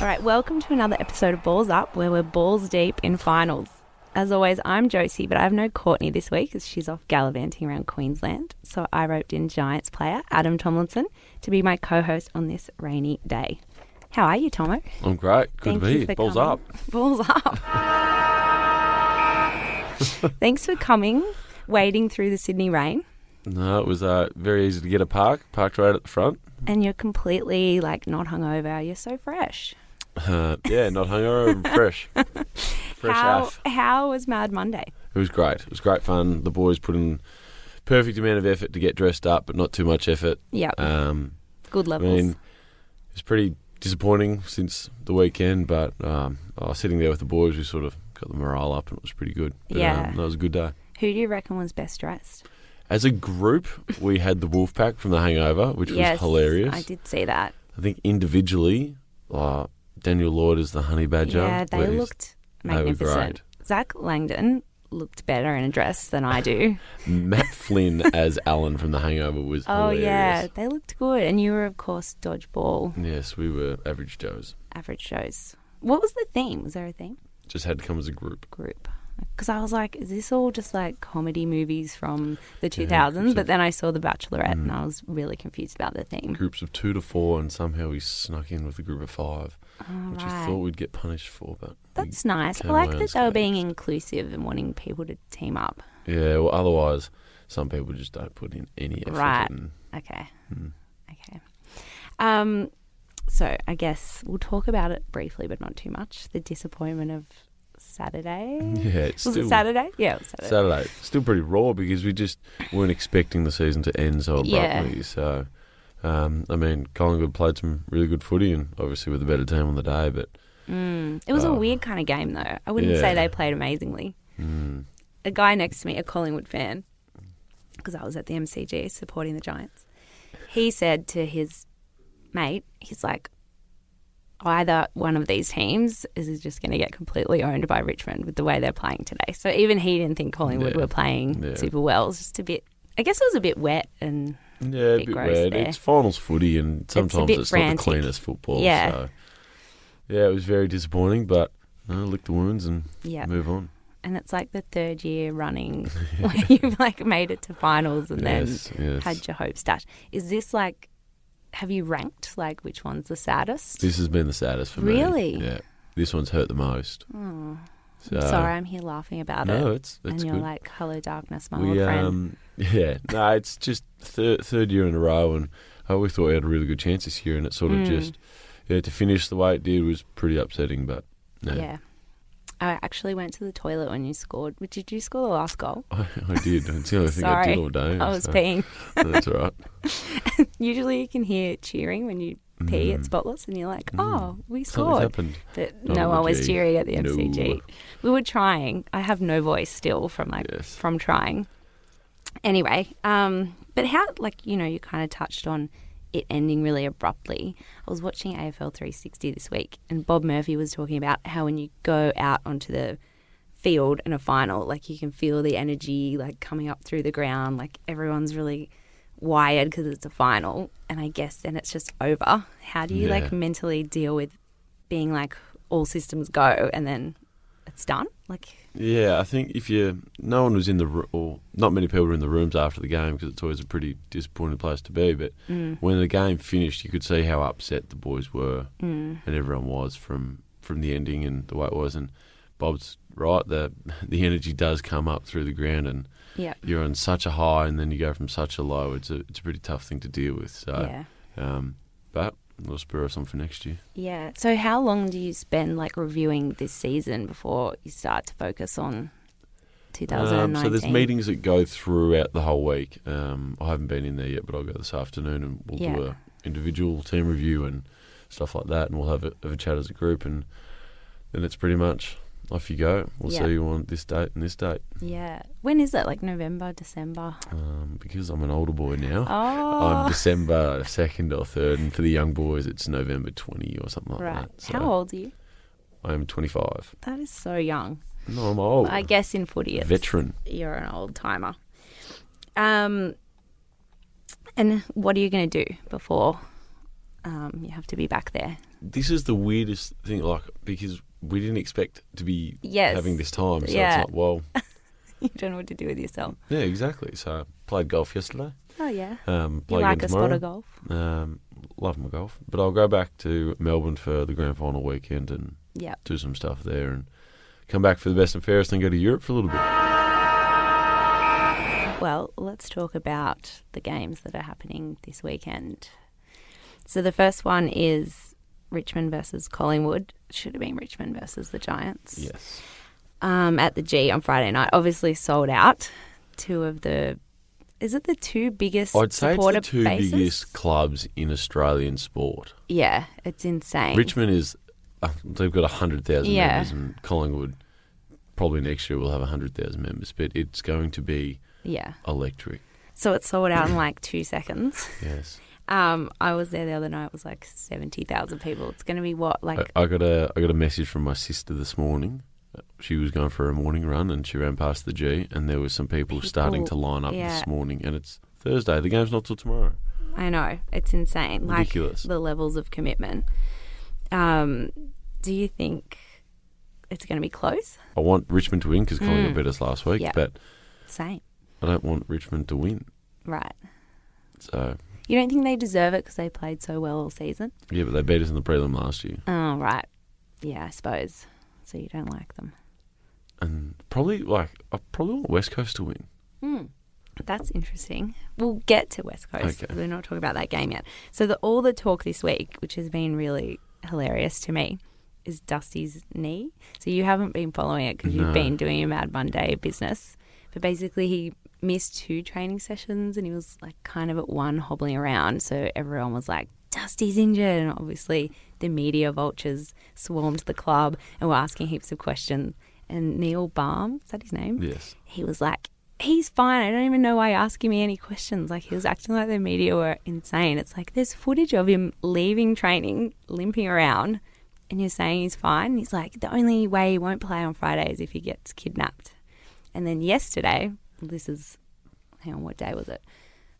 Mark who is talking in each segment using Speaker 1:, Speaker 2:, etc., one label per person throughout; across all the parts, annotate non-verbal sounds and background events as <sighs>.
Speaker 1: All right, welcome to another episode of Balls Up, where we're balls deep in finals. As always, I'm Josie, but I have no Courtney this week as she's off gallivanting around Queensland. So I roped in Giants player Adam Tomlinson to be my co-host on this rainy day. How are you, Tomo?
Speaker 2: I'm great.
Speaker 1: Thank
Speaker 2: Good to be
Speaker 1: you
Speaker 2: here.
Speaker 1: for
Speaker 2: Balls
Speaker 1: coming. <laughs>
Speaker 2: up.
Speaker 1: Balls
Speaker 2: <laughs>
Speaker 1: up. Thanks for coming, wading through the Sydney rain,
Speaker 2: No, it was uh, very easy to get a park. Parked right at the front. <laughs>
Speaker 1: and you're completely like not hungover. You're so fresh.
Speaker 2: Uh, yeah, not
Speaker 1: <laughs>
Speaker 2: hungover and fresh. Fresh
Speaker 1: how
Speaker 2: off.
Speaker 1: how was Mad Monday?
Speaker 2: It was great. It was great fun. The boys put in perfect amount of effort to get dressed up, but not too much effort.
Speaker 1: Yep,
Speaker 2: Um,
Speaker 1: good
Speaker 2: I
Speaker 1: levels.
Speaker 2: mean, it's pretty disappointing since the weekend, but um, I was sitting there with the boys. We sort of got the morale up, and it was pretty good. But,
Speaker 1: Yeah.
Speaker 2: um, that was a good day.
Speaker 1: Who do you reckon was best dressed?
Speaker 2: As a group, we had the Wolfpack from The Hangover, which was hilarious.
Speaker 1: I did see that.
Speaker 2: I think individually, uh, Daniel Lloyd is the honey badger.
Speaker 1: yeah, they
Speaker 2: where he's-
Speaker 1: looked
Speaker 2: they were
Speaker 1: magnificent. Zach Langdon looked better in a dress than I do.
Speaker 2: <laughs> Matt Flynn
Speaker 1: <laughs>
Speaker 2: as Alan from The Hangover was
Speaker 1: oh yeah,
Speaker 2: hilarious.
Speaker 1: they looked good, and you were of course dodgeball
Speaker 2: Yes, we were average Joes.
Speaker 1: average shows. What was the theme? Was there a theme
Speaker 2: Just had to come as a group.
Speaker 1: group? Because I was like, is this all just like comedy movies from the 2000s?
Speaker 2: groups
Speaker 1: But
Speaker 2: of-
Speaker 1: then I saw The Bachelorette,
Speaker 2: Mm.
Speaker 1: and I was really confused about the theme.
Speaker 2: Groups of two to four, and somehow we snuck in with a group of five,
Speaker 1: All
Speaker 2: which
Speaker 1: right.
Speaker 2: I thought we'd get punished for. But we-
Speaker 1: That's nice. I
Speaker 2: came
Speaker 1: like
Speaker 2: away
Speaker 1: that they were being inclusive and wanting people to team up.
Speaker 2: yeah, well, otherwise, some people just don't put in any effort.
Speaker 1: Right.
Speaker 2: And
Speaker 1: Okay. Okay. Um, so I guess we'll talk about it briefly, but not too much. The disappointment of Saturday.
Speaker 2: yeah, it's
Speaker 1: Was
Speaker 2: Mm-hmm. still,
Speaker 1: it Saturday? Yeah, it was Saturday.
Speaker 2: Saturday. Still pretty raw because we just weren't expecting the season to end so
Speaker 1: Yeah.
Speaker 2: abruptly. So, um, I mean, Collingwood played some really good footy and obviously with a better team on the day, but
Speaker 1: Mm. It was a
Speaker 2: Oh.
Speaker 1: weird kind of game, though. I wouldn't say
Speaker 2: Yeah.
Speaker 1: they played amazingly.
Speaker 2: mm,
Speaker 1: A guy next to me, a Collingwood fan, because I was at the MCG supporting the Giants, he said to his mate, he's like, either one of these teams is just going to get completely owned by Richmond with the way they're playing today. So even he didn't think Collingwood
Speaker 2: Yeah.
Speaker 1: were playing
Speaker 2: Yeah.
Speaker 1: super well. It was just a bit, I guess it was a bit wet and
Speaker 2: yeah, a
Speaker 1: Bit
Speaker 2: bit
Speaker 1: gross
Speaker 2: weird.
Speaker 1: there.
Speaker 2: It's finals footy and sometimes
Speaker 1: bit
Speaker 2: it's, not
Speaker 1: frantic.
Speaker 2: the cleanest football.
Speaker 1: Yeah.
Speaker 2: So, yeah, it was very disappointing, but uh, lick the wounds and
Speaker 1: yeah.
Speaker 2: move on.
Speaker 1: And it's like the third year
Speaker 2: <laughs>
Speaker 1: running <laughs> where you've like made it to finals and then
Speaker 2: yes, yes.
Speaker 1: had your hopes dashed. Is this like, have you ranked like which one's the saddest?
Speaker 2: This has been the saddest for me.
Speaker 1: Really?
Speaker 2: Yeah. This one's hurt the most.
Speaker 1: Oh,
Speaker 2: So,
Speaker 1: I'm sorry, I'm here laughing about
Speaker 2: uh, No,
Speaker 1: it.
Speaker 2: it's, it's
Speaker 1: and you're
Speaker 2: good.
Speaker 1: like, hello, darkness, my old friend.
Speaker 2: Um, <laughs> yeah, no, it's just third, third year in a row, and I always thought we had a really good chance this year, and it sort of
Speaker 1: Mm.
Speaker 2: just yeah to finish the way it did was pretty upsetting, but no,
Speaker 1: yeah. I actually went to the toilet when you scored. But Did you score the last goal?
Speaker 2: <laughs> I, I did. It's the only thing I
Speaker 1: Sorry,
Speaker 2: did all day.
Speaker 1: I was
Speaker 2: so
Speaker 1: peeing.
Speaker 2: That's all
Speaker 1: <laughs>
Speaker 2: right.
Speaker 1: Usually you can hear cheering when you pee at
Speaker 2: Mm.
Speaker 1: Spotless and you're like,
Speaker 2: Mm.
Speaker 1: oh, we
Speaker 2: Something's
Speaker 1: scored.
Speaker 2: happened.
Speaker 1: But
Speaker 2: Not
Speaker 1: no
Speaker 2: on
Speaker 1: one
Speaker 2: the
Speaker 1: was
Speaker 2: G.
Speaker 1: cheering at the
Speaker 2: Oh, No.
Speaker 1: MCG. We were trying. I have no voice still from like
Speaker 2: Yes.
Speaker 1: from trying. Anyway, um, but how like you know you kind of touched on it ending really abruptly. I was watching AFL 360 this week, and Bob Murphy was talking about how when you go out onto the field in a final, like you can feel the energy like coming up through the ground, like everyone's really wired because it's a final, and I guess then it's just over. How do you
Speaker 2: Yeah.
Speaker 1: like mentally deal with being like all systems go and then it's done? Like
Speaker 2: Yeah, I think if you no one was in the ro- or not many people were in the rooms after the game because it's always a pretty disappointing place to be. But when the game finished, you could see how upset the boys were and everyone was from from the ending and the way it was. And Bob's right, the <laughs> the energy does come up through the ground, and
Speaker 1: yeah,
Speaker 2: you're on such a high, and then you go from such a low. It's a it's a pretty tough thing to deal with. So,
Speaker 1: yeah.
Speaker 2: um, but we'll spur us on for next year.
Speaker 1: Yeah. So, how long do you spend like reviewing this season before you start to focus
Speaker 2: Um,
Speaker 1: on 2019?
Speaker 2: so there's meetings that go throughout the whole week. Um, I haven't been in there yet, but I'll go this afternoon and we'll do
Speaker 1: Yeah.
Speaker 2: a individual team review and stuff like that, and we'll have a, have a chat as a group, and then it's pretty much off you go. We'll
Speaker 1: Yeah.
Speaker 2: see you on this date and this date.
Speaker 1: Yeah. When is it? Like November, December?
Speaker 2: Um, because I'm an older boy now. <sighs> I'm
Speaker 1: Oh,
Speaker 2: December second or third, and for the young boys, it's November twenty or something like
Speaker 1: right.
Speaker 2: that.
Speaker 1: How old are you?
Speaker 2: I am twenty-five.
Speaker 1: That is so young.
Speaker 2: No, I'm old.
Speaker 1: I guess in footy, it's,
Speaker 2: Veteran.
Speaker 1: you're an old timer. Um, and what are you going to do before um, you have to be back there.
Speaker 2: This is the weirdest thing, like because we didn't expect to be
Speaker 1: Yes.
Speaker 2: having this time. So
Speaker 1: Yeah.
Speaker 2: it's like, well,
Speaker 1: <laughs> you don't know what to do with yourself.
Speaker 2: yeah, exactly. So I played golf yesterday.
Speaker 1: Oh yeah,
Speaker 2: Um,
Speaker 1: you
Speaker 2: play
Speaker 1: like
Speaker 2: again
Speaker 1: a spot
Speaker 2: tomorrow.
Speaker 1: of golf?
Speaker 2: Um, love my golf, but I'll go back to Melbourne for the grand final weekend and
Speaker 1: Yeah.
Speaker 2: do some stuff there, and come back for the best and fairest, and go to Europe for a little bit.
Speaker 1: Well, let's talk about the games that are happening this weekend. So the first one is Richmond versus Collingwood. Should have been Richmond versus the Giants.
Speaker 2: Yes,
Speaker 1: um, at the G on Friday night. Obviously sold out. Two of the is it the two biggest
Speaker 2: I'd say it's
Speaker 1: supporter
Speaker 2: the two
Speaker 1: bases?
Speaker 2: biggest clubs in Australian sport.
Speaker 1: Yeah, it's insane.
Speaker 2: Richmond is uh, they've got hundred thousand
Speaker 1: Yeah.
Speaker 2: members, and Collingwood probably next year will have hundred thousand members, but it's going to be
Speaker 1: Yeah,
Speaker 2: electric.
Speaker 1: so it sold out in like two seconds.
Speaker 2: Yes,
Speaker 1: Um, I was there the other night. It was like seventy thousand people. It's going to be what like
Speaker 2: I, I got a I got a message from my sister this morning. She was going for a morning run and she ran past the G, and there were some people, starting to
Speaker 1: People,
Speaker 2: line up
Speaker 1: yeah.
Speaker 2: this morning. And it's Thursday. The game's not till tomorrow.
Speaker 1: I know it's insane. Like
Speaker 2: Ridiculous.
Speaker 1: the levels of commitment. Um, do you think it's going to be close?
Speaker 2: I want Richmond to win because Collingwood beat us last week,
Speaker 1: Mm. Yeah.
Speaker 2: but
Speaker 1: Same,
Speaker 2: I don't want Richmond to win.
Speaker 1: right?
Speaker 2: So
Speaker 1: You don't think they deserve it because they played so well all season?
Speaker 2: yeah, but they beat us in the prelim last year,
Speaker 1: Oh, right. Yeah, I suppose. So you don't like them.
Speaker 2: and probably like I probably want West Coast to win.
Speaker 1: That's interesting. We'll get to West Coast.
Speaker 2: Okay.
Speaker 1: We're not talking about that game yet. So the, all the talk this week, which has been really hilarious to me, is Dusty's knee. So you haven't been following it because
Speaker 2: No.
Speaker 1: you've been doing your Mad Monday business. But basically, he missed two training sessions and he was like kind of at one hobbling around. So everyone was like, Dusty's injured. And obviously, the media vultures swarmed the club and were asking heaps of questions. And Neil Baum, is that his name?
Speaker 2: Yes,
Speaker 1: he was like, he's fine. I don't even know why you're asking me any questions. Like, he was acting like the media were insane. It's like, there's footage of him leaving training, limping around, and you're saying he's fine. He's like, the only way he won't play on Friday is if he gets kidnapped. And then yesterday, this is, hang on, what day was it?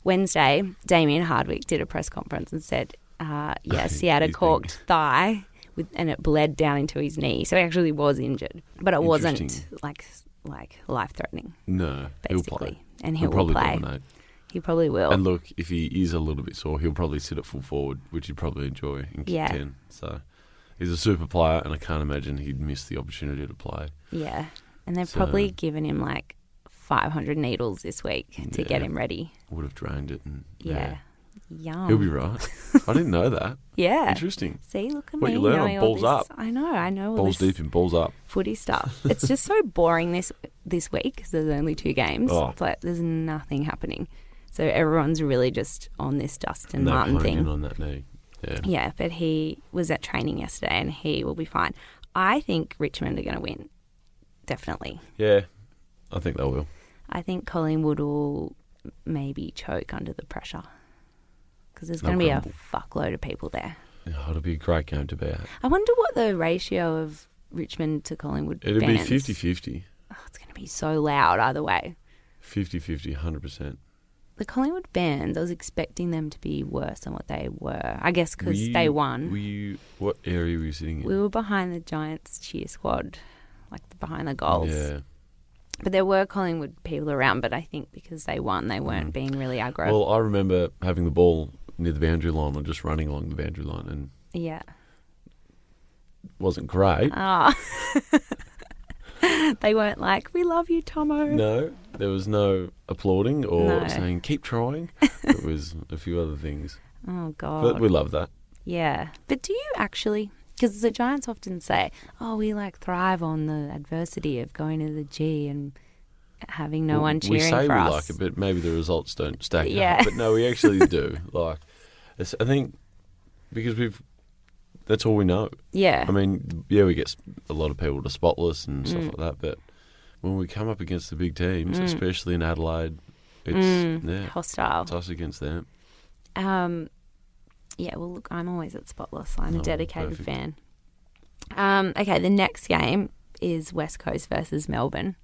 Speaker 1: Wednesday, Damien Hardwick did a press conference and said,
Speaker 2: <laughs>
Speaker 1: uh, yes, he had a
Speaker 2: He's been-
Speaker 1: corked thigh with, and it bled down into his knee. So he actually was injured, but it wasn't
Speaker 2: Interesting.
Speaker 1: like like life threatening
Speaker 2: no, he'll
Speaker 1: basically.
Speaker 2: play.
Speaker 1: And
Speaker 2: He'll
Speaker 1: he'll,
Speaker 2: probably
Speaker 1: play.
Speaker 2: dominate.
Speaker 1: He probably will.
Speaker 2: And look, if he is a little bit sore, he'll probably sit at full forward, which he'd probably enjoy in kick
Speaker 1: Yeah.
Speaker 2: 10. So he's a super player, and I can't imagine he'd miss the opportunity to play.
Speaker 1: yeah. And they've
Speaker 2: So-
Speaker 1: probably given him like 500 needles this week to get
Speaker 2: Yeah.
Speaker 1: him ready.
Speaker 2: Would have drained it. And,
Speaker 1: Yeah. Yum.
Speaker 2: He'll be right.
Speaker 1: <laughs>
Speaker 2: I didn't know that.
Speaker 1: yeah.
Speaker 2: Interesting.
Speaker 1: See, look at
Speaker 2: What
Speaker 1: me.
Speaker 2: you learn on
Speaker 1: knowing all
Speaker 2: Balls
Speaker 1: this.
Speaker 2: Up.
Speaker 1: I know. I know all
Speaker 2: Balls
Speaker 1: this
Speaker 2: deep in, balls up.
Speaker 1: footy
Speaker 2: <laughs>
Speaker 1: stuff. it's just so boring this this week 'cause there's only two games.
Speaker 2: Oh.
Speaker 1: It's like there's nothing happening. So everyone's really just on this Dustin
Speaker 2: No
Speaker 1: Martin
Speaker 2: honing
Speaker 1: thing.
Speaker 2: in on that knee. Yeah.
Speaker 1: Yeah, but he was at training yesterday and he will be fine. I think Richmond are going to win. Definitely.
Speaker 2: Yeah. I think they will.
Speaker 1: I think Collingwood will maybe choke under the pressure because there's
Speaker 2: They'll
Speaker 1: going to be a
Speaker 2: crumble.
Speaker 1: fuckload of people there.
Speaker 2: Oh, it'll be a great game to be at.
Speaker 1: I wonder what the ratio of Richmond to Collingwood
Speaker 2: It'll
Speaker 1: fans.
Speaker 2: be 50 50.
Speaker 1: Oh, it's going to be so loud either way.
Speaker 2: 50 50, 100%.
Speaker 1: The Collingwood fans, I was expecting them to be worse than what they were. I guess
Speaker 2: Were
Speaker 1: because
Speaker 2: you-
Speaker 1: they won.
Speaker 2: Were you, what area were you sitting in?
Speaker 1: we were behind the Giants cheer squad, like behind the goals.
Speaker 2: Yeah.
Speaker 1: But there were Collingwood people around, but I think because they won, they weren't being really aggro.
Speaker 2: Mm. Well, I remember having the ball near the boundary line or just running along the boundary line and
Speaker 1: yeah.
Speaker 2: wasn't great.
Speaker 1: Ah. <laughs> they weren't like, we love you, Tomo.
Speaker 2: No, there was no applauding or
Speaker 1: No.
Speaker 2: saying
Speaker 1: <laughs>
Speaker 2: keep trying. it was a few other things,
Speaker 1: Oh,
Speaker 2: but
Speaker 1: God.
Speaker 2: we love that.
Speaker 1: yeah. But do you actually, because the Giants often say, oh, we like thrive on the adversity of going to the G and having no
Speaker 2: Well,
Speaker 1: one
Speaker 2: we
Speaker 1: cheering
Speaker 2: say
Speaker 1: for
Speaker 2: we
Speaker 1: us.
Speaker 2: like it, but maybe the results don't stack
Speaker 1: Yeah.
Speaker 2: up. But no, we
Speaker 1: <laughs>
Speaker 2: actually do like. It's, I think because we've that's all we know.
Speaker 1: yeah.
Speaker 2: I mean, yeah, we get s- a lot of people to spotless and stuff
Speaker 1: Mm.
Speaker 2: like that, but when we come up against the big teams, especially in Adelaide, it's
Speaker 1: Mm.
Speaker 2: yeah,
Speaker 1: Hostile.
Speaker 2: it's us against them.
Speaker 1: Um, yeah, well, look, I'm always at Spotless. I'm
Speaker 2: Oh,
Speaker 1: a dedicated
Speaker 2: perfect.
Speaker 1: fan. Um, okay, the next game is West Coast versus Melbourne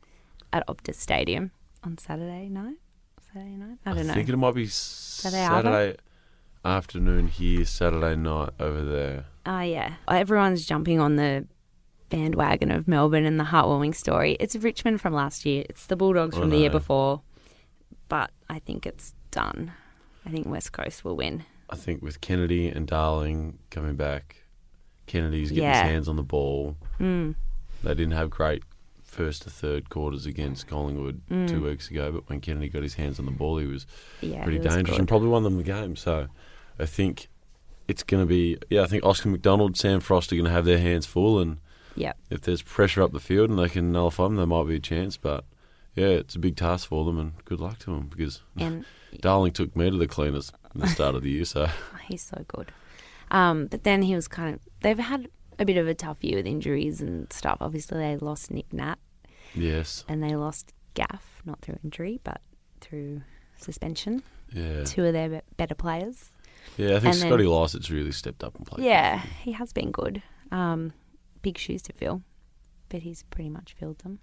Speaker 1: at Optus Stadium on Saturday night. Saturday night? I don't know.
Speaker 2: think it might be Saturday.
Speaker 1: Arbor?
Speaker 2: Saturday afternoon here, Saturday night over there.
Speaker 1: Oh, yeah. Everyone's jumping on the bandwagon of Melbourne and the heartwarming story. It's Richmond from last year, it's the Bulldogs
Speaker 2: I
Speaker 1: from the year
Speaker 2: know.
Speaker 1: before. But I think it's done. I think West Coast will win.
Speaker 2: I think with Kennedy and Darling coming back, Kennedy's getting
Speaker 1: Yeah.
Speaker 2: his hands on the ball.
Speaker 1: Mm.
Speaker 2: They didn't have great first to third quarters against Collingwood
Speaker 1: Mm.
Speaker 2: two weeks ago, but when Kennedy got his hands on the ball, he was
Speaker 1: Yeah.
Speaker 2: pretty
Speaker 1: it was
Speaker 2: dangerous and
Speaker 1: good.
Speaker 2: probably won them the game. So I think it's going to be, yeah, I think Oscar McDonald, Sam Frost are going to have their hands full. And
Speaker 1: Yep.
Speaker 2: if there's pressure up the field and they can nullify them, there might be a chance. But yeah, it's a big task for them, and good luck to them because
Speaker 1: And
Speaker 2: Darling took me to the cleaners at the start of the year. So <laughs>
Speaker 1: oh, he's so good. Um, but then he was kind of, they've had a bit of a tough year with injuries and stuff. Obviously, they lost Nick Nat
Speaker 2: yes,
Speaker 1: and they lost Gaff, not through injury, but through suspension.
Speaker 2: yeah,
Speaker 1: Two of their be- better players.
Speaker 2: yeah. I
Speaker 1: then-
Speaker 2: think Scotty Lysett's really stepped up and played.
Speaker 1: Yeah, he has been good. Um, big shoes to fill, but he's pretty much filled them.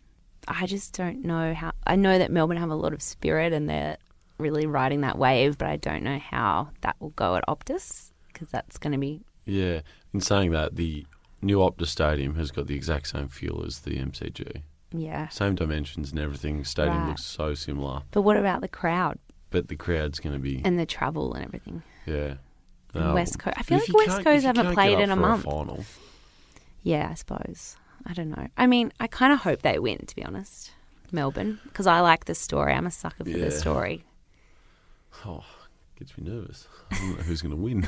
Speaker 1: I just don't know how. I know that Melbourne have a lot of spirit and they're really riding that wave, but I don't know how that will go at Optus because that's going to be
Speaker 2: yeah. In saying that, the new Optus Stadium has got the exact same feel as the MCG,
Speaker 1: yeah.
Speaker 2: same dimensions and everything. Stadium
Speaker 1: Right.
Speaker 2: looks so similar,
Speaker 1: But what about the crowd
Speaker 2: but the crowd's going to be
Speaker 1: and the travel and everything?
Speaker 2: yeah.
Speaker 1: And
Speaker 2: No,
Speaker 1: West Coast. I
Speaker 2: if
Speaker 1: feel
Speaker 2: you
Speaker 1: like West
Speaker 2: can't- if
Speaker 1: Coast
Speaker 2: you
Speaker 1: haven't
Speaker 2: can't get
Speaker 1: played
Speaker 2: up
Speaker 1: in a
Speaker 2: for
Speaker 1: month.
Speaker 2: final.
Speaker 1: Yeah, I suppose. I don't know. I mean, I kind of hope they win, to be honest, Melbourne, because I like the story. I'm a sucker for
Speaker 2: Yeah.
Speaker 1: the story.
Speaker 2: Oh, gets me nervous. I don't know who's going to win.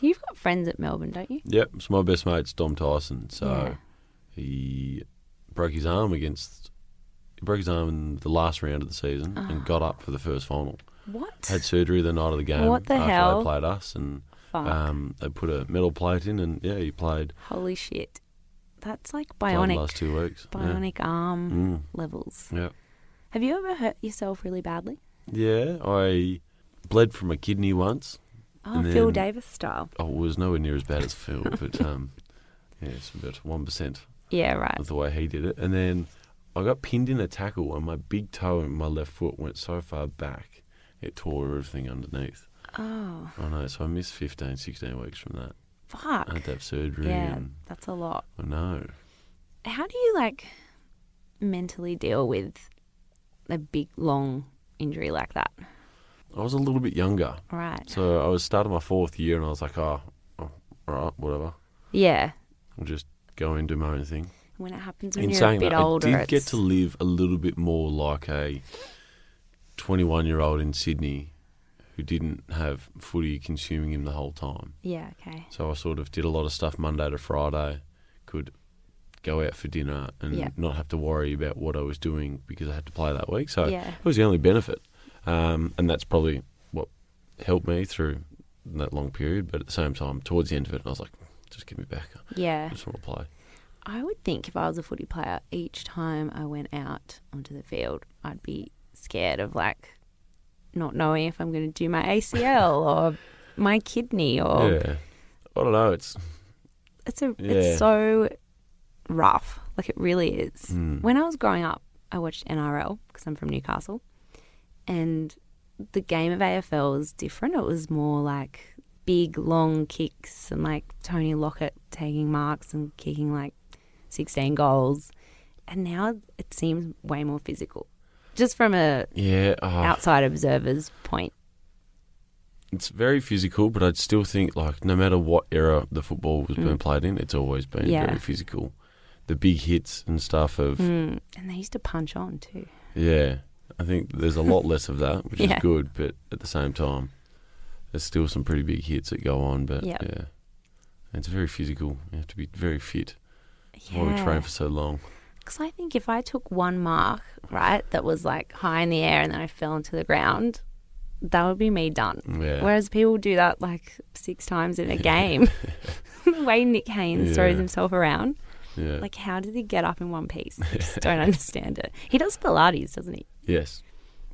Speaker 1: You've got friends at Melbourne, don't you?
Speaker 2: Yep, it's my best mate's Dom Tyson. So
Speaker 1: Yeah.
Speaker 2: he broke his arm against. He broke his arm in the last round of the season
Speaker 1: Ah.
Speaker 2: and got up for the first final.
Speaker 1: What?
Speaker 2: Had surgery the night of the game
Speaker 1: What the
Speaker 2: after
Speaker 1: hell?
Speaker 2: they played us, and
Speaker 1: Fuck.
Speaker 2: um, they put a metal plate in, and yeah, he played,
Speaker 1: Holy shit. That's like
Speaker 2: played the
Speaker 1: bionic,
Speaker 2: last two weeks.
Speaker 1: bionic
Speaker 2: Yeah.
Speaker 1: arm
Speaker 2: Mm,
Speaker 1: levels.
Speaker 2: yeah,
Speaker 1: Have you ever hurt yourself really badly?
Speaker 2: yeah. I bled from a kidney once.
Speaker 1: Oh,
Speaker 2: And
Speaker 1: Phil
Speaker 2: then-
Speaker 1: Davis style.
Speaker 2: Oh, it was nowhere near as bad as
Speaker 1: <laughs>
Speaker 2: Phil, but um, yeah, it's about one percent
Speaker 1: Yeah, right.
Speaker 2: of the way he did it. And then I got pinned in a tackle, and my big toe in my left foot went so far back it tore everything underneath.
Speaker 1: Oh,
Speaker 2: I know, so I missed 15, 16 weeks from that. I um,
Speaker 1: fuck.
Speaker 2: had to have surgery,
Speaker 1: Yeah,
Speaker 2: and
Speaker 1: that's a lot.
Speaker 2: I know.
Speaker 1: How do you like mentally deal with a big, long injury like that?
Speaker 2: I was a little bit younger,
Speaker 1: Right.
Speaker 2: so I was starting my fourth year, and I was like, oh, oh all right, whatever,
Speaker 1: Yeah.
Speaker 2: I'll just go and do my own thing.
Speaker 1: When it happens when
Speaker 2: In
Speaker 1: you're a
Speaker 2: saying
Speaker 1: bit
Speaker 2: that,
Speaker 1: older,
Speaker 2: I did get
Speaker 1: it's-
Speaker 2: to live a little bit more like a 21 year old in Sydney who didn't have footy consuming him the whole time.
Speaker 1: yeah, okay.
Speaker 2: So I sort of did a lot of stuff Monday to Friday, could go out for dinner and
Speaker 1: Yeah.
Speaker 2: not have to worry about what I was doing because I had to play that week. So
Speaker 1: Yeah.
Speaker 2: it was the only benefit. Um, and that's probably what helped me through that long period. But at the same time, towards the end of it, I was like, just get me back. I
Speaker 1: Yeah.
Speaker 2: just want to play.
Speaker 1: I would think if I was a footy player, each time I went out onto the field, I'd be scared of like not knowing if I'm going to do my ACL or my kidney or
Speaker 2: Yeah. I don't know. It's
Speaker 1: it's a
Speaker 2: Yeah.
Speaker 1: it's so rough. Like it really is.
Speaker 2: Mm.
Speaker 1: When I was growing up, I watched NRL because I'm from Newcastle, and the game of AFL was different. It was more like big long kicks and like Tony Lockett taking marks and kicking like 16 goals. And now it seems way more physical, just from a
Speaker 2: Yeah, oh,
Speaker 1: outside observer's point.
Speaker 2: it's very physical, but I'd still think like no matter what era the football was being played in, it's always been
Speaker 1: Mm. Yeah.
Speaker 2: very physical. The big hits and stuff of
Speaker 1: Mm. And they used to punch on too.
Speaker 2: yeah, I think there's a lot less of that, which
Speaker 1: Yeah.
Speaker 2: is good, but at the same time, there's still some pretty big hits that go on. But
Speaker 1: Yep.
Speaker 2: yeah, it's very physical. You have to be very fit. That's Why we train for so long? <laughs>
Speaker 1: Because I think if I took one mark, right, that was like high in the air and then I fell into the ground, that would be me done.
Speaker 2: Yeah,
Speaker 1: Whereas people do that like six times in a
Speaker 2: <laughs>
Speaker 1: game. the way Nick Haynes
Speaker 2: Yeah.
Speaker 1: throws himself around,
Speaker 2: yeah,
Speaker 1: like how did he get up in one piece? I
Speaker 2: <laughs>
Speaker 1: just don't understand it. He does Pilates, doesn't he?
Speaker 2: yes,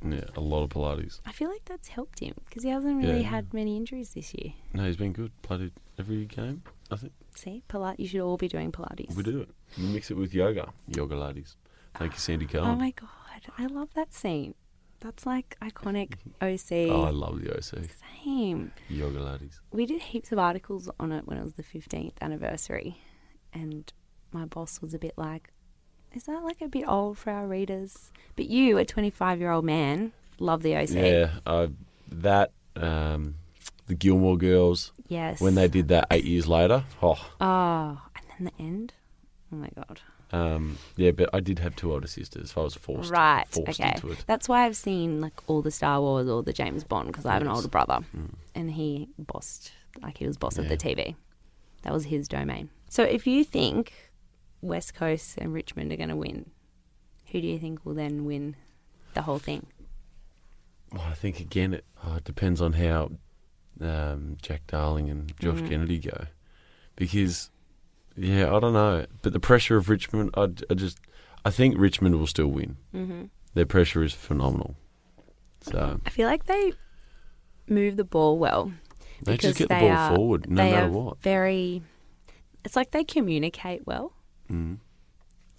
Speaker 2: yeah. A lot of Pilates.
Speaker 1: I feel like that's helped him because he hasn't really
Speaker 2: Yeah.
Speaker 1: had many injuries this year.
Speaker 2: No, he's been good. Played every game. I think.
Speaker 1: See, Pilates, you should all be doing Pilates.
Speaker 2: We do it. We mix it with yoga. Yoga ladies. Thank you, Sandy
Speaker 1: Oh
Speaker 2: Cohen.
Speaker 1: my god, I love that scene. That's like iconic
Speaker 2: Oh, I
Speaker 1: OC.
Speaker 2: love the OC.
Speaker 1: Same.
Speaker 2: Yoga laddies.
Speaker 1: We did heaps of articles on it when it was the 15th anniversary, and my boss was a bit like, Is that like a bit old for our readers? But you, a 25 year old man, love the OC.
Speaker 2: Yeah, I, that, um, the Gilmore Girls,
Speaker 1: Yes.
Speaker 2: when they did that eight years later. Oh,
Speaker 1: Oh, and then the end? Oh my God.
Speaker 2: um, yeah, but I did have two older sisters, so I was forced,
Speaker 1: right.
Speaker 2: forced
Speaker 1: okay.
Speaker 2: into it.
Speaker 1: That's why I've seen like all the Star Wars or the James Bond because I have an
Speaker 2: Yes. Mm.
Speaker 1: older brother and he bossed, like he was boss of
Speaker 2: Yeah.
Speaker 1: the TV. That was his domain. So if you think West Coast and Richmond are going to win, who do you think will then win the whole thing?
Speaker 2: Well, I think again, it, oh, it depends on how um, Jack Darling and Josh
Speaker 1: Mm.
Speaker 2: Kennedy go, because yeah, I don't know, but the pressure of Richmond, I, I just, I think Richmond will still win.
Speaker 1: Mm-hmm.
Speaker 2: Their pressure is phenomenal, so
Speaker 1: I feel like they move the ball well.
Speaker 2: they
Speaker 1: Because
Speaker 2: just get the
Speaker 1: they
Speaker 2: ball
Speaker 1: are-
Speaker 2: forward no
Speaker 1: they
Speaker 2: matter
Speaker 1: are
Speaker 2: what.
Speaker 1: Very, it's like they communicate well
Speaker 2: Mm.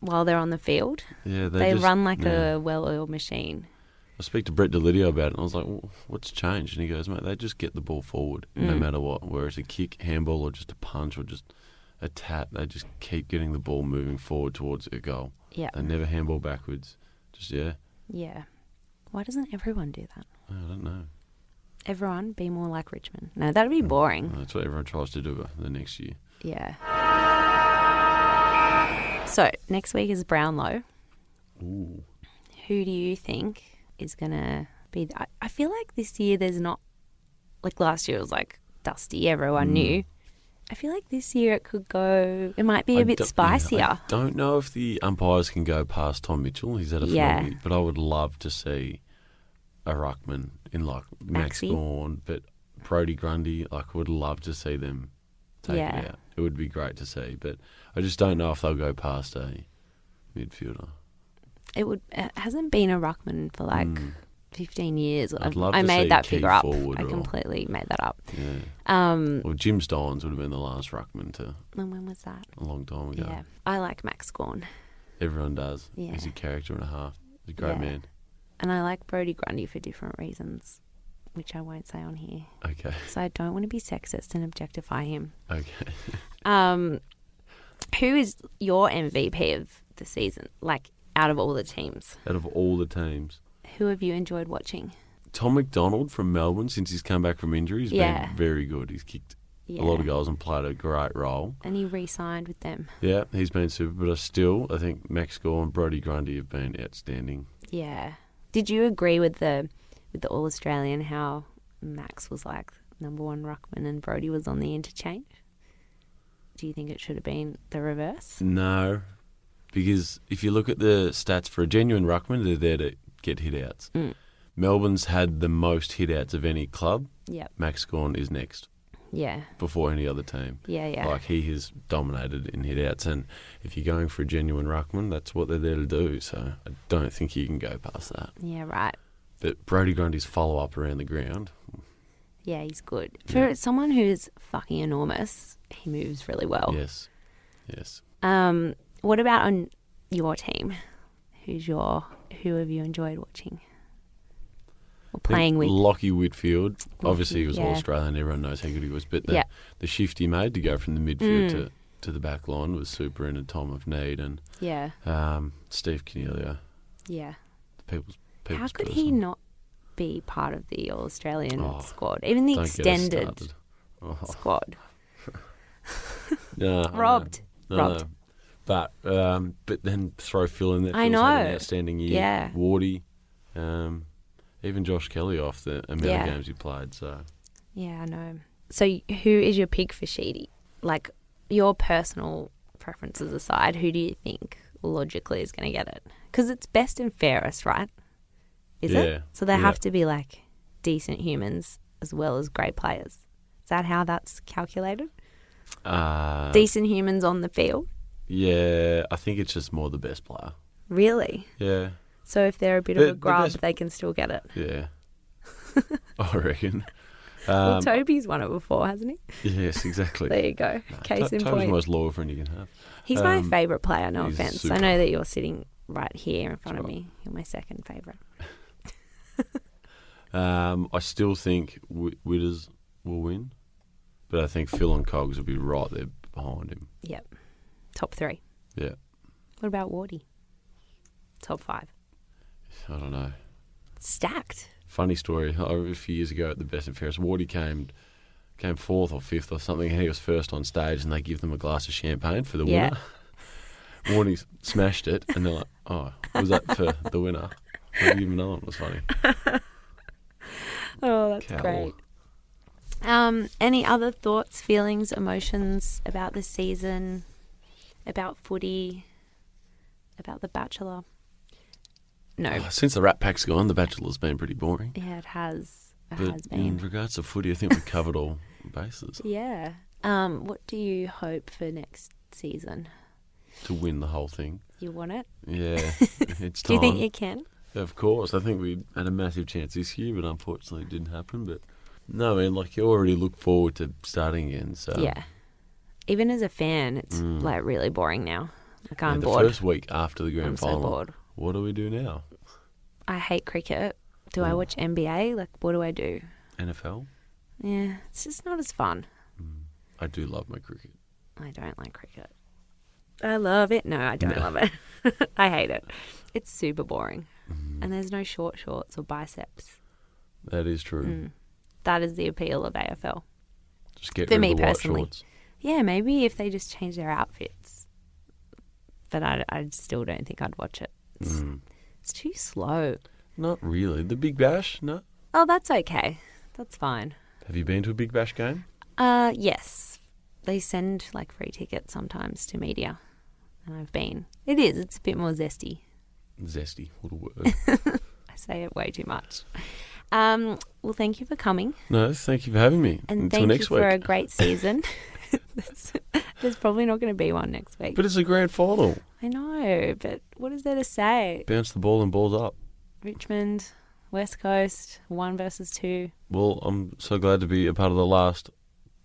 Speaker 1: while they're on the field.
Speaker 2: Yeah, they,
Speaker 1: They,
Speaker 2: just-
Speaker 1: run like
Speaker 2: yeah.
Speaker 1: a well-oiled machine.
Speaker 2: I speak to Brett Delidio about it, and I was like, "Wha- "What's changed?" And he goes, "Mate, they just get the ball forward no
Speaker 1: Mm.
Speaker 2: matter what. Whether it's a kick, handball, or just a punch, or just a tap, they just keep getting the ball moving forward towards a goal.
Speaker 1: Yeah.
Speaker 2: They never handball backwards. Just yeah,
Speaker 1: Yeah. Why doesn't everyone do that?
Speaker 2: I don't know.
Speaker 1: Everyone be more like Richmond. No, that'd be boring.
Speaker 2: That's what everyone tries to do uh, the next year.
Speaker 1: Yeah. So next week is Brownlow.
Speaker 2: Ooh,
Speaker 1: Who do you think is gonna be? The, I, I feel like this year there's not like last year was like dusty.
Speaker 2: Mm.
Speaker 1: Everyone knew. I feel like this year it could go. It might be a
Speaker 2: I
Speaker 1: bit
Speaker 2: don't- yeah,
Speaker 1: spicier.
Speaker 2: I don't know if the umpires can go past Tom Mitchell. He's had a
Speaker 1: Yeah.
Speaker 2: phenomenal, but I would love to see a ruckman in like Max
Speaker 1: Maxey.
Speaker 2: Gorn, but Brody Grundy. Like, would love to see them take
Speaker 1: Yeah.
Speaker 2: it out. It would be great to see, but I just don't know if they'll go past a midfielder.
Speaker 1: it would. It hasn't been a ruckman for like. 15 years.
Speaker 2: Mm. I'd love
Speaker 1: I
Speaker 2: to
Speaker 1: made
Speaker 2: see
Speaker 1: that
Speaker 2: Keith
Speaker 1: figure up.
Speaker 2: forward
Speaker 1: I
Speaker 2: or-
Speaker 1: completely made that up.
Speaker 2: Yeah.
Speaker 1: Um,
Speaker 2: Well, Jim Stines would have been the last ruckman to
Speaker 1: and when was that?
Speaker 2: a long time ago.
Speaker 1: Yeah. I like Max Gorn
Speaker 2: Everyone does.
Speaker 1: Yeah.
Speaker 2: He's a character and a half. He's a great
Speaker 1: Yeah.
Speaker 2: man.
Speaker 1: and I like Brody Grundy for different reasons, which I won't say on here.
Speaker 2: Okay. <laughs>
Speaker 1: So I don't want to be sexist and objectify him.
Speaker 2: Okay.
Speaker 1: Um, who is your MVP of the season? Like, out of all the teams,
Speaker 2: Out of all the teams,
Speaker 1: who have you enjoyed watching?
Speaker 2: Tom McDonald from Melbourne, since he's come back from injury, has
Speaker 1: Yeah.
Speaker 2: been very good. He's kicked
Speaker 1: Yeah.
Speaker 2: a lot of goals and played a great role.
Speaker 1: And he re signed with them.
Speaker 2: Yeah, he's been super. But I still, I think Max Gore and Brody Grundy have been outstanding.
Speaker 1: Yeah. Did you agree with the with the All Australian how Max was like number one ruckman and Brody was on the interchange? Do you think it should have been the reverse?
Speaker 2: No, because if you look at the stats for a genuine ruckman, they're there to get hit outs.
Speaker 1: Mm.
Speaker 2: Melbourne's had the most hit outs of any club.
Speaker 1: Yep.
Speaker 2: Max Gorn is next
Speaker 1: Yeah.
Speaker 2: before any other team.
Speaker 1: Yeah. Yeah.
Speaker 2: Like he has dominated in hit outs, and if you're going for a genuine ruckman, that's what they're there to do. So I don't think you can go past that.
Speaker 1: Yeah, right.
Speaker 2: But Brody Grundy's follow up around the ground,
Speaker 1: Yeah, he's good. For someone who's fucking enormous, he moves really well.
Speaker 2: yes, yes.
Speaker 1: Um, what about on your team? Who's your who have you enjoyed watching? Or
Speaker 2: I think
Speaker 1: playing with?
Speaker 2: Lockie Whitfield. Obviously, he was
Speaker 1: yeah.
Speaker 2: all Australian. Everyone knows how good he was. But the,
Speaker 1: Yeah.
Speaker 2: the shift he made to go from the midfield
Speaker 1: Mm.
Speaker 2: to, to the back line was super. And a Tom of Need and
Speaker 1: Yeah.
Speaker 2: um, Steve Cornelia,
Speaker 1: Yeah.
Speaker 2: the people's
Speaker 1: How
Speaker 2: people's
Speaker 1: could
Speaker 2: person.
Speaker 1: he not be part of the All Australian
Speaker 2: Oh,
Speaker 1: squad? Even the
Speaker 2: Don't get us
Speaker 1: extended
Speaker 2: started. Oh, <laughs>
Speaker 1: squad.
Speaker 2: no, I know.
Speaker 1: Robbed.
Speaker 2: No,
Speaker 1: Robbed.
Speaker 2: no. But um, but then throw Phil in there.
Speaker 1: I
Speaker 2: Phil's had
Speaker 1: know.
Speaker 2: an outstanding year.
Speaker 1: Yeah.
Speaker 2: Wardy, um, even Josh Kelly off the amount
Speaker 1: Yeah.
Speaker 2: of games he played. So
Speaker 1: Yeah, I know. So, y- who is your pick for Sheedy? Like, your personal preferences aside, who do you think logically is going to get it? Because it's best and fairest, right? Is
Speaker 2: Yeah,
Speaker 1: it? So, they
Speaker 2: yeah.
Speaker 1: have to be like decent humans as well as great players. Is that how that's calculated?
Speaker 2: uh,
Speaker 1: decent humans on the field?
Speaker 2: yeah, I think it's just more the best player.
Speaker 1: Really?
Speaker 2: Yeah,
Speaker 1: So, if they're a bit
Speaker 2: The-
Speaker 1: of a
Speaker 2: the
Speaker 1: grub,
Speaker 2: best-
Speaker 1: they can still get it. <laughs>
Speaker 2: yeah. I reckon.
Speaker 1: Well,
Speaker 2: Um,
Speaker 1: Toby's won it before, hasn't he? <laughs>
Speaker 2: yes, exactly.
Speaker 1: There you go. Case
Speaker 2: To-
Speaker 1: in
Speaker 2: Toby's the
Speaker 1: point.
Speaker 2: most loyal friend you can have.
Speaker 1: He's
Speaker 2: um,
Speaker 1: my favourite player, no
Speaker 2: he's
Speaker 1: offence. I
Speaker 2: super.
Speaker 1: know that you're sitting right here in front of
Speaker 2: That's
Speaker 1: me. You're my second favourite.
Speaker 2: Um, I still think Wh- Witters will win, but I think Phil and Cogs will be right there behind him.
Speaker 1: Yep. Top three.
Speaker 2: Yeah,
Speaker 1: What about Wardy? Top five.
Speaker 2: I don't know.
Speaker 1: Stacked.
Speaker 2: Funny story. I remember A few years ago at the Best and Fairest, Wardy came came fourth or fifth or something, and he was first on stage, and they give them a glass of champagne for the
Speaker 1: Yeah.
Speaker 2: winner. <laughs> Wardy s- smashed it, and they're like, "Oh, was that for the winner?" They give him another one. It was funny.
Speaker 1: Oh, that's
Speaker 2: Cow.
Speaker 1: great. Um, any other thoughts, feelings, emotions about the season, about footy, about The Bachelor? No.
Speaker 2: <sighs> Oh, Since the Rat Pack's gone, The Bachelor's been pretty boring.
Speaker 1: Yeah, it has. It
Speaker 2: But
Speaker 1: has
Speaker 2: in
Speaker 1: been.
Speaker 2: regards to footy, I think we covered all bases
Speaker 1: Yeah. Um, what do you hope for next season?
Speaker 2: to win the whole thing.
Speaker 1: You want it? <laughs>
Speaker 2: Yeah, it's
Speaker 1: Do
Speaker 2: time.
Speaker 1: you think you can?
Speaker 2: Of course, I think we had a massive chance this year, but unfortunately it didn't happen. But no, man, like you already look forward to starting again. So
Speaker 1: yeah. Even as a fan, it's like really boring now. Like
Speaker 2: And
Speaker 1: I'm
Speaker 2: Mm. the
Speaker 1: bored.
Speaker 2: first week after the grand
Speaker 1: I'm so
Speaker 2: final,
Speaker 1: bored.
Speaker 2: what do we do now?
Speaker 1: I hate cricket. Do I
Speaker 2: Mm.
Speaker 1: watch NBA? Like, what do I do?
Speaker 2: NFL.
Speaker 1: Yeah, it's just not as fun.
Speaker 2: I do love my cricket.
Speaker 1: I don't like cricket. I love it. No, I don't love it. <laughs> I hate it. It's super boring.
Speaker 2: Mm.
Speaker 1: And there's no short shorts or biceps.
Speaker 2: That is true.
Speaker 1: Mm. That is the appeal of AFL.
Speaker 2: Just get
Speaker 1: For
Speaker 2: rid
Speaker 1: me
Speaker 2: of the white
Speaker 1: personally.
Speaker 2: shorts.
Speaker 1: Yeah, maybe if they just change their outfits. But I, I still don't think I'd watch it. It's,
Speaker 2: Mm.
Speaker 1: it's too slow.
Speaker 2: Not really. The Big Bash? No.
Speaker 1: Oh, that's okay. That's fine.
Speaker 2: Have you been to a Big Bash game?
Speaker 1: Uh, yes, they send like free tickets sometimes to media, and I've been. It is. It's a bit more zesty.
Speaker 2: Zesty. What
Speaker 1: <laughs>
Speaker 2: a word.
Speaker 1: I say it way too much. Um, well, thank you for coming,
Speaker 2: no, thank you for having me.
Speaker 1: and
Speaker 2: Until
Speaker 1: thank
Speaker 2: next
Speaker 1: you
Speaker 2: week.
Speaker 1: for a great season. <laughs> There's- There's probably not going to be one next week.
Speaker 2: But it's a grand final.
Speaker 1: I know, but what is there to say?
Speaker 2: Bounce the ball and balls up.
Speaker 1: Richmond, West Coast, one versus two.
Speaker 2: Well, I'm so glad to be a part of the last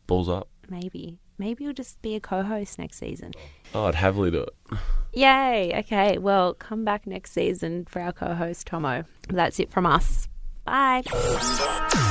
Speaker 2: balls up.
Speaker 1: Maybe, maybe you'll just be a co-host next season.
Speaker 2: Oh, I'd happily do it.
Speaker 1: Yay! Okay, well, come back next season for our co host, Tomo. That's it from us. Bye.